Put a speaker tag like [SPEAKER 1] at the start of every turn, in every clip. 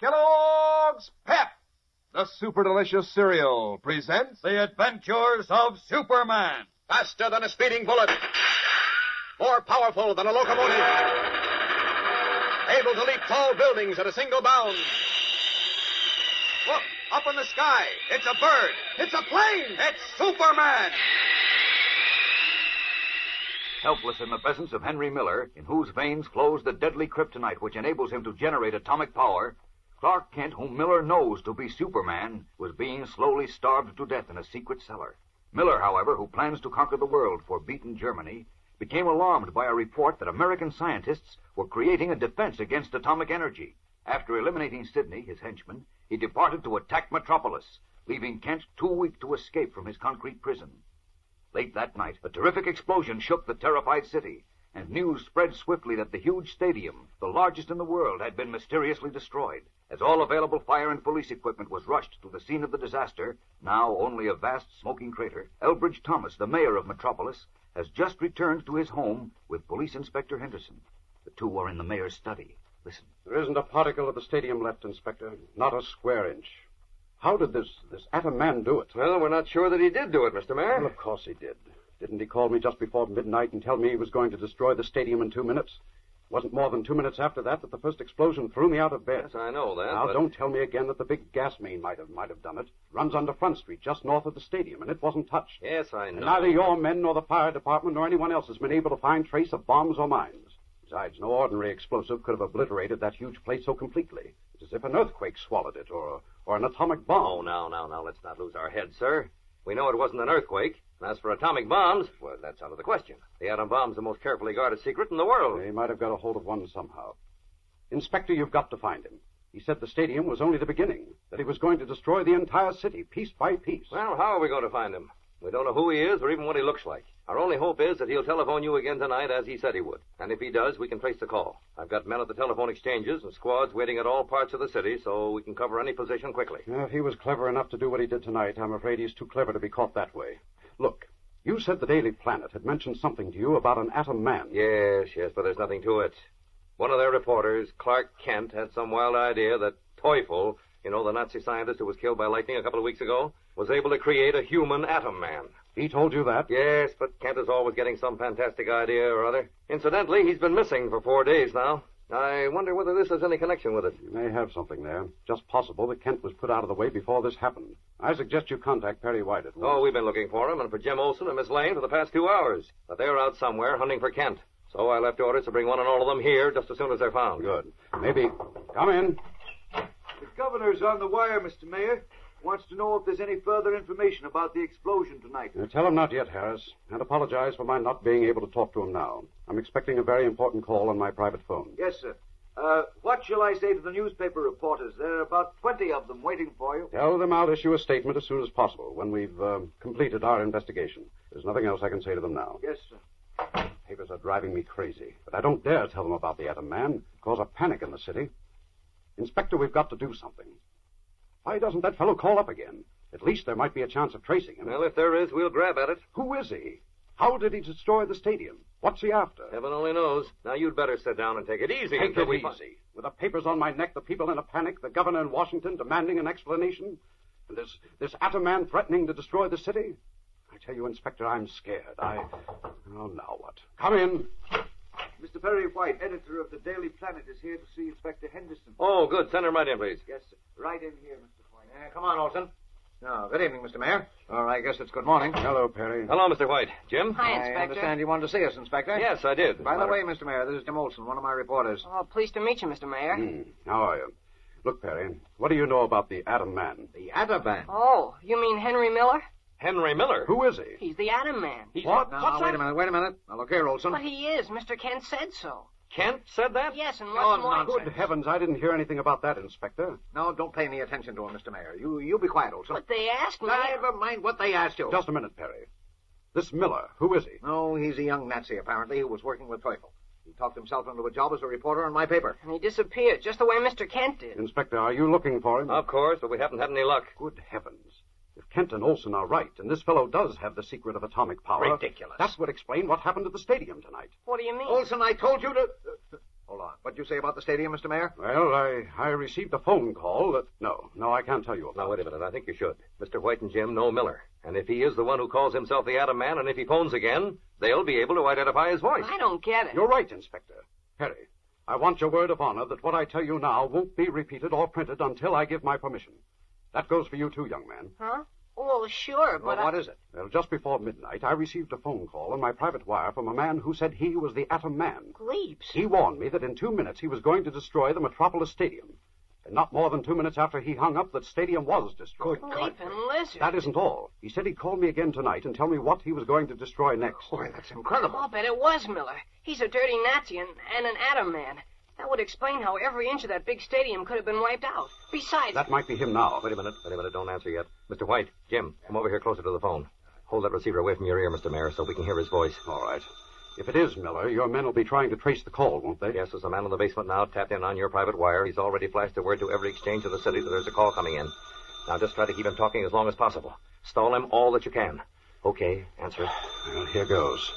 [SPEAKER 1] Kellogg's Pep, the super delicious cereal, presents The Adventures of Superman.
[SPEAKER 2] Faster than a speeding bullet. More powerful than a locomotive. Able to leap tall buildings at a single bound. Look, up in the sky. It's a bird. It's a plane. It's Superman.
[SPEAKER 3] helpless in the presence of Henry Miller, in whose veins flows the deadly kryptonite which enables him to generate atomic power, Clark Kent, whom Miller knows to be Superman, was being slowly starved to death in a secret cellar. Miller, however, who plans to conquer the world for beaten Germany, became alarmed by a report that American scientists were creating a defense against atomic energy. After eliminating Sidney, his henchman, he departed to attack Metropolis, leaving Kent too weak to escape from his concrete prison. Late that night, a terrific explosion shook the terrified city, and news spread swiftly that the huge stadium, the largest in the world, had been mysteriously destroyed. As all available fire and police equipment was rushed to the scene of the disaster, now only a vast smoking crater, Elbridge Thomas, the mayor of Metropolis, has just returned to his home with Police Inspector Henderson. The two are in the mayor's study. Listen.
[SPEAKER 4] There isn't a particle of the stadium left, Inspector. Not a square inch. How did this this atom man do it?
[SPEAKER 2] Well, we're not sure that he did do it, Mr. Mayor.
[SPEAKER 4] Well, of course he did. Didn't he call me just before midnight and tell me he was going to destroy the stadium in two minutes? Wasn't more than two minutes after that that the first explosion threw me out of bed.
[SPEAKER 2] Yes, I know that.
[SPEAKER 4] now
[SPEAKER 2] but-
[SPEAKER 4] don't tell me again that the big gas main might have might have done it. Runs under Front Street, just north of the stadium, and it wasn't touched.
[SPEAKER 2] Yes, I know.
[SPEAKER 4] And neither your men nor the fire department nor anyone else has been able to find trace of bombs or mines. Besides, no ordinary explosive could have obliterated that huge place so completely. It's as if an earthquake swallowed it, or or an atomic
[SPEAKER 2] Oh,
[SPEAKER 4] bomb.
[SPEAKER 2] now, now, now, let's not lose our heads, sir. We know it wasn't an earthquake. And as for atomic bombs, well, that's out of the question. The atom bomb's the most carefully guarded secret in the world.
[SPEAKER 4] They might have got a hold of one somehow. Inspector, you've got to find him. He said the stadium was only the beginning, that he was going to destroy the entire city, piece by piece.
[SPEAKER 2] Well, how are we going to find him? We don't know who he is or even what he looks like. Our only hope is that he'll telephone you again tonight as he said he would. And if he does, we can place the call. I've got men at the telephone exchanges and squads waiting at all parts of the city, so we can cover any position quickly.
[SPEAKER 4] Now, if he was clever enough to do what he did tonight, I'm afraid he's too clever to be caught that way. Look, you said the Daily Planet had mentioned something to you about an atom man.
[SPEAKER 2] Yes, yes, but there's nothing to it. One of their reporters, Clark Kent, had some wild idea that Teufel, you know, the Nazi scientist who was killed by lightning a couple of weeks ago, was able to create a human atom man.
[SPEAKER 4] He told you that?
[SPEAKER 2] Yes, but Kent is always getting some fantastic idea or other. Incidentally, he's been missing for four days now. I wonder whether this has any connection with it.
[SPEAKER 4] You may have something there. Just possible that Kent was put out of the way before this happened. I suggest you contact Perry White at
[SPEAKER 2] Oh,
[SPEAKER 4] once.
[SPEAKER 2] we've been looking for him and for Jim Olson and Miss Lane for the past two hours. But they're out somewhere hunting for Kent. So I left orders to bring one and all of them here just as soon as they're found.
[SPEAKER 4] good. Maybe. Come in.
[SPEAKER 5] The governor's on the wire, Mr. Mayor. Wants to know if there's any further information about the explosion tonight.
[SPEAKER 4] Uh, tell him not yet, Harris, and apologize for my not being able to talk to him now. I'm expecting a very important call on my private phone.
[SPEAKER 5] Yes, sir. Uh, what shall I say to the newspaper reporters? There are about 20 of them waiting for you.
[SPEAKER 4] Tell them I'll issue a statement as soon as possible when we've um, completed our investigation. There's nothing else I can say to them now.
[SPEAKER 5] Yes, sir.
[SPEAKER 4] Papers are driving me crazy, but I don't dare tell them about the atom man. Cause a panic in the city. Inspector, we've got to do something. Why doesn't that fellow call up again? At least there might be a chance of tracing him.
[SPEAKER 2] Well, if there is, we'll grab at it.
[SPEAKER 4] Who is he? How did he destroy the stadium? What's he after?
[SPEAKER 2] Heaven only knows. Now you'd better sit down and take it easy.
[SPEAKER 4] Take
[SPEAKER 2] until
[SPEAKER 4] it
[SPEAKER 2] we
[SPEAKER 4] easy.
[SPEAKER 2] find-
[SPEAKER 4] With the papers on my neck, the people in a panic, the governor in Washington demanding an explanation, and this this atom man threatening to destroy the city. I tell you, Inspector, I'm scared. I oh now what? Come in.
[SPEAKER 5] Mr. Perry White, editor of the Daily Planet, is here to see Inspector Henderson.
[SPEAKER 2] Oh, good. Send him right in, please.
[SPEAKER 5] Yes, sir. Right in here, Mr. White.
[SPEAKER 6] come on, Olson. Oh, good evening, Mr. Mayor. Or I guess it's good morning.
[SPEAKER 4] Hello, Perry.
[SPEAKER 2] Hello, Mr. White. Jim?
[SPEAKER 7] Hi,
[SPEAKER 6] I
[SPEAKER 7] Inspector.
[SPEAKER 6] understand you wanted to see us, Inspector.
[SPEAKER 2] Yes, I did.
[SPEAKER 6] By the way, Mr. Mayor, this is Jim Olson, one of my reporters.
[SPEAKER 7] Oh, pleased to meet you, Mr. Mayor.
[SPEAKER 4] Hmm, How are you? Look, Perry, what do you know about the atom man?
[SPEAKER 6] The Ataban.
[SPEAKER 7] Oh, you mean Henry Miller?
[SPEAKER 2] Henry Miller.
[SPEAKER 4] Who is he?
[SPEAKER 7] He's the Atom Man.
[SPEAKER 2] He's
[SPEAKER 6] What? Now,
[SPEAKER 2] What's
[SPEAKER 6] now, wait
[SPEAKER 2] that?
[SPEAKER 6] a minute, wait a minute. Now, look here, Olson.
[SPEAKER 7] But he is. Mr. Kent said so.
[SPEAKER 2] Kent said that?
[SPEAKER 7] Yes, and
[SPEAKER 6] Oh,
[SPEAKER 7] what's more...
[SPEAKER 6] nonsense.
[SPEAKER 4] Good heavens, I didn't hear anything about that, Inspector.
[SPEAKER 6] No, don't pay any attention to him, Mr. Mayor. You you be quiet, old son.
[SPEAKER 7] But they asked me...
[SPEAKER 6] Never mind what they asked you.
[SPEAKER 4] Just a minute, Perry. This Miller, who is he?
[SPEAKER 6] No, he's a young Nazi, apparently, who was working with Teufel. He talked himself into a job as a reporter on my paper.
[SPEAKER 7] And he disappeared, just the way Mr. Kent did.
[SPEAKER 4] Inspector, are you looking for him?
[SPEAKER 2] Of course, but we haven't had any luck.
[SPEAKER 4] Good heavens. If Kent and Olson are right, and this fellow does have the secret of atomic power.
[SPEAKER 6] Ridiculous.
[SPEAKER 4] That would explain what happened at the stadium tonight.
[SPEAKER 7] What do you mean?
[SPEAKER 2] Oh,
[SPEAKER 6] Olson, I told you to. uh, Hold on. What'd you say about the stadium, Mr. Mayor?
[SPEAKER 4] Well, I, I received a phone call that. No, no, I can't tell you about
[SPEAKER 2] Now, wait a minute. I think you should. Mr. White and Jim know Miller. And if he is the one who calls himself the Atom Man, and if he phones again, they'll be able to identify his voice.
[SPEAKER 7] I don't get it.
[SPEAKER 4] You're right, Inspector. Perry, I want your word of honor that what I tell you now won't be repeated or printed until I give my permission. That goes for you too, young man.
[SPEAKER 7] Huh? Well, sure, but
[SPEAKER 6] Well, what
[SPEAKER 7] I...
[SPEAKER 6] is it?
[SPEAKER 4] Well, Uh, just before midnight, I received a phone call on my private wire from a man who said he was the Atom Man.
[SPEAKER 7] Gleeps.
[SPEAKER 4] He warned me that in two minutes he was going to destroy the Metropolis Stadium. And not more than two minutes after he hung up, that stadium was destroyed.
[SPEAKER 7] Leaping lizard.
[SPEAKER 4] That isn't all. He said he'd call me again tonight and tell me what he was going to destroy next.
[SPEAKER 6] Boy, that's incredible.
[SPEAKER 7] I'll bet Oh, it was Miller. He's a dirty Nazi and, and an atom man. That would explain how every inch of that big stadium could have been wiped out. Besides,
[SPEAKER 4] That might be him now.
[SPEAKER 2] Wait a minute. Wait a minute. Don't answer yet. Mr. White, Jim, come over here closer to the phone. Hold that receiver away from your ear, Mr. Mayor, so we can hear his voice.
[SPEAKER 4] All right. If it is Miller, your men will be trying to trace the call, won't they?
[SPEAKER 2] Yes, there's a man in the basement now tapped in on your private wire. He's already flashed a word to every exchange of the city that there's a call coming in. Now just try to keep him talking as long as possible. Stall him all that you can. Okay, answer it.
[SPEAKER 4] Well, here goes.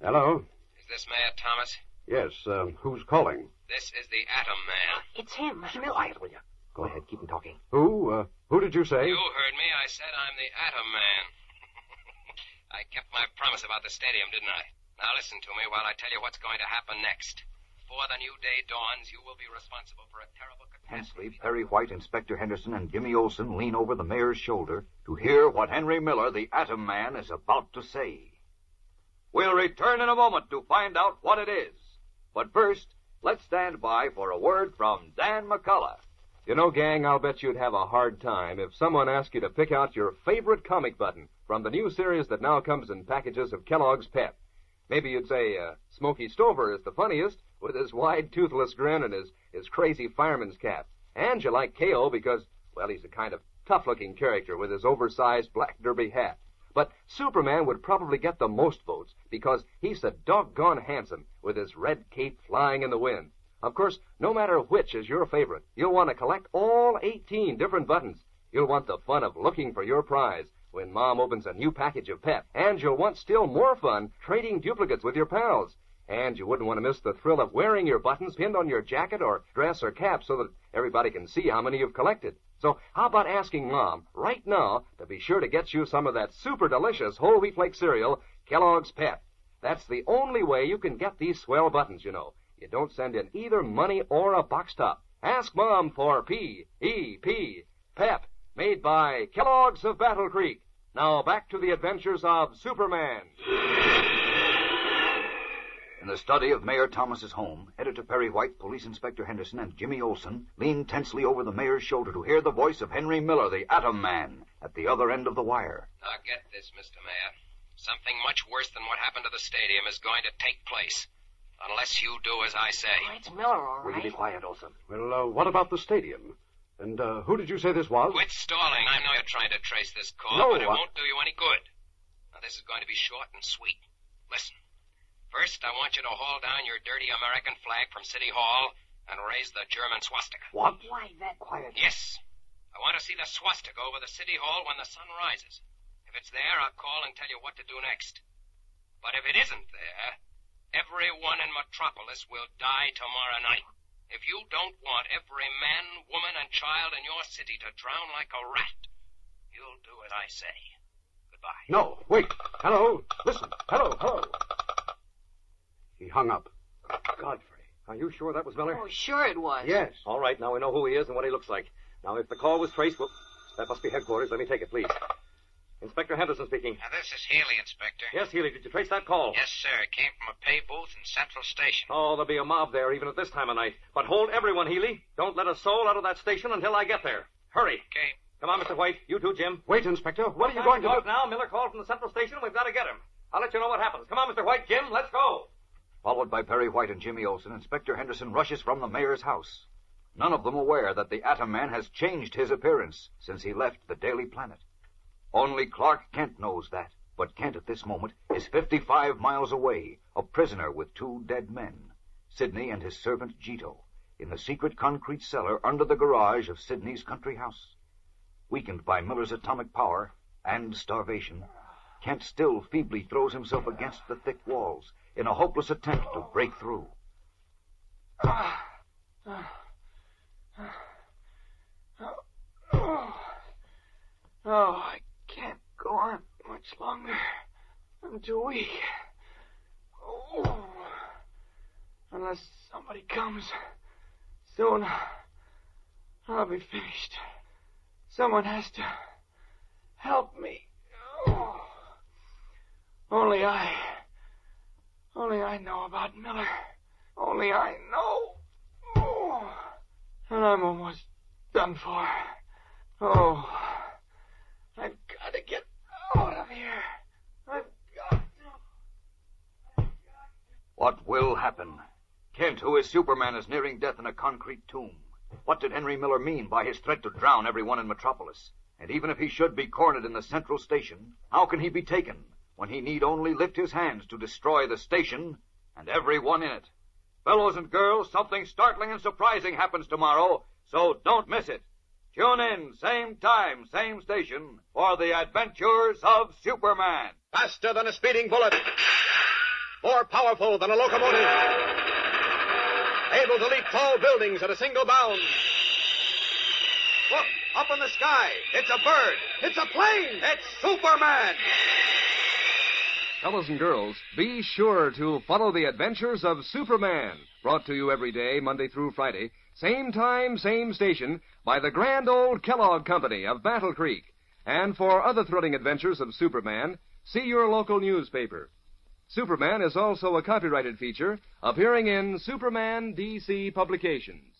[SPEAKER 4] Hello?
[SPEAKER 8] Is this Mayor Thomas?
[SPEAKER 4] Yes,
[SPEAKER 9] uh,
[SPEAKER 4] um, who's calling?
[SPEAKER 8] This is the Atom Man.
[SPEAKER 7] it's him. Miller.
[SPEAKER 2] Quiet, will you? Go ahead, keep him talking.
[SPEAKER 4] Who? Uh, who did you say?
[SPEAKER 8] You heard me. I said I'm the Atom Man. I kept my promise about the stadium, didn't I? Now listen to me while I tell you what's going to happen next. Before the new day dawns, you will be responsible for a terrible
[SPEAKER 3] Tensely,
[SPEAKER 8] catastrophe.
[SPEAKER 3] Perry White, Inspector Henderson, and Jimmy Olsen lean over the mayor's shoulder to hear what Henry Miller, the Atom Man, is about to say. We'll return in a moment to find out what it is. But first, let's stand by for a word from Dan McCullough.
[SPEAKER 9] You know, gang, I'll bet you'd have a hard time if someone asked you to pick out your favorite comic button from the new series that now comes in packages of Kellogg's Pep. Maybe you'd say uh, Smokey Stover is the funniest, with his wide, toothless grin and his, his crazy fireman's cap. And you like K.O. because, well, he's a kind of tough-looking character with his oversized black derby hat. But Superman would probably get the most votes because he's so doggone handsome with his red cape flying in the wind. Of course, no matter which is your favorite, you'll want to collect all 18 different buttons. You'll want the fun of looking for your prize when Mom opens a new package of Pep, and you'll want still more fun trading duplicates with your pals. And you wouldn't want to miss the thrill of wearing your buttons pinned on your jacket or dress or cap so that everybody can see how many you've collected. So how about asking Mom right now to be sure to get you some of that super delicious whole wheat flake cereal, Kellogg's Pep. That's the only way you can get these swell buttons, you know. You don't send in either money or a box top. Ask Mom for P.E.P. Pep, made by Kellogg's of Battle Creek. Now back to the adventures of Superman.
[SPEAKER 3] In the study of Mayor Thomas's home, Editor Perry White, Police Inspector Henderson, and Jimmy Olsen lean tensely over the mayor's shoulder to hear the voice of Henry Miller, the Atom Man, at the other end of the wire.
[SPEAKER 8] Now get this, Mr. Mayor. Something much worse than what happened to the stadium is going to take place. Unless you do as I say.
[SPEAKER 7] Why, It's Miller, all
[SPEAKER 3] Will you be
[SPEAKER 7] right.
[SPEAKER 3] quiet, Olsen?
[SPEAKER 4] Well, uh, what about the stadium? And uh, who did you say this was?
[SPEAKER 8] Quit stalling. I know you're trying to trace this call,
[SPEAKER 4] No,
[SPEAKER 8] but it
[SPEAKER 4] I-
[SPEAKER 8] won't do you any good. Now, this is going to be short and sweet. Listen. First, I want you to haul down your dirty American flag from City Hall and raise the German swastika.
[SPEAKER 3] What?
[SPEAKER 7] Why, that... Quiet.
[SPEAKER 8] Yes. I want to see the swastika over the City Hall when the sun rises. If it's there, I'll call and tell you what to do next. But if it isn't there, everyone in Metropolis will die tomorrow night. If you don't want every man, woman, and child in your city to drown like a rat, you'll do as I say. Goodbye.
[SPEAKER 4] No, wait. Hello? Listen. Hello, hello. He hung up.
[SPEAKER 2] Godfrey. Are you sure that was Miller?
[SPEAKER 7] Oh, sure it was.
[SPEAKER 4] Yes.
[SPEAKER 2] All right, now we know who he is and what he looks like. Now, if the call was traced, well, that must be headquarters. Let me take it, please. Inspector Henderson speaking.
[SPEAKER 8] Now, this is Healy, Inspector.
[SPEAKER 2] Yes, Healy, did you trace that call?
[SPEAKER 8] Yes, sir. It came from a pay booth in Central Station.
[SPEAKER 2] Oh, there'll be a mob there even at this time of night. But hold everyone, Healy. Don't let a soul out of that station until I get there. Hurry.
[SPEAKER 8] Okay.
[SPEAKER 2] Come on, Mr. White. You too, Jim.
[SPEAKER 4] Wait, Inspector. What are you
[SPEAKER 2] Time
[SPEAKER 4] going to
[SPEAKER 2] go
[SPEAKER 4] do?
[SPEAKER 2] out now? Miller called from the central station. We've got to get him. I'll let you know what happens. Come on, Mr. White, Jim. Let's go.
[SPEAKER 4] Followed by Perry White and Jimmy Olsen, Inspector Henderson rushes from the mayor's house. None of them aware that the Atom Man has changed his appearance since he left the Daily Planet. Only Clark Kent knows that, but Kent at this moment is 55 miles away, a prisoner with two dead men, Sidney and his servant Gito, in the secret concrete cellar under the garage of Sidney's country house. Weakened by Miller's atomic power and starvation, Kent still feebly throws himself against the thick walls in a hopeless attempt to break through.
[SPEAKER 10] Oh. oh, I can't go on much longer. I'm too weak. Oh. Unless somebody comes soon, I'll be finished. Someone has to help me. Oh. Only I. Only I know about Miller. Only I know. Oh. And I'm almost done for. Oh, I've got to get out of here. I've got
[SPEAKER 4] What will happen? Kent, who is Superman, is nearing death in a concrete tomb. What did Henry Miller mean by his threat to drown everyone in Metropolis? And even if he should be cornered in the central station, how can he be taken when he need only lift his hands to destroy the station and everyone in it? Fellows and girls, something startling and surprising happens tomorrow, so don't miss it. Tune in, same time, same station, for the adventures of Superman.
[SPEAKER 11] Faster than a speeding bullet. More powerful than a locomotive. Able to leap tall buildings at a single bound. Look, up in the sky. It's a bird. It's a plane. It's Superman.
[SPEAKER 9] Fellows and girls, be sure to follow the adventures of Superman, brought to you every day, Monday through Friday, same time, same station, by the grand old Kellogg Company of Battle Creek. And for other thrilling adventures of Superman, see your local newspaper. Superman is also a copyrighted feature appearing in Superman DC Publications.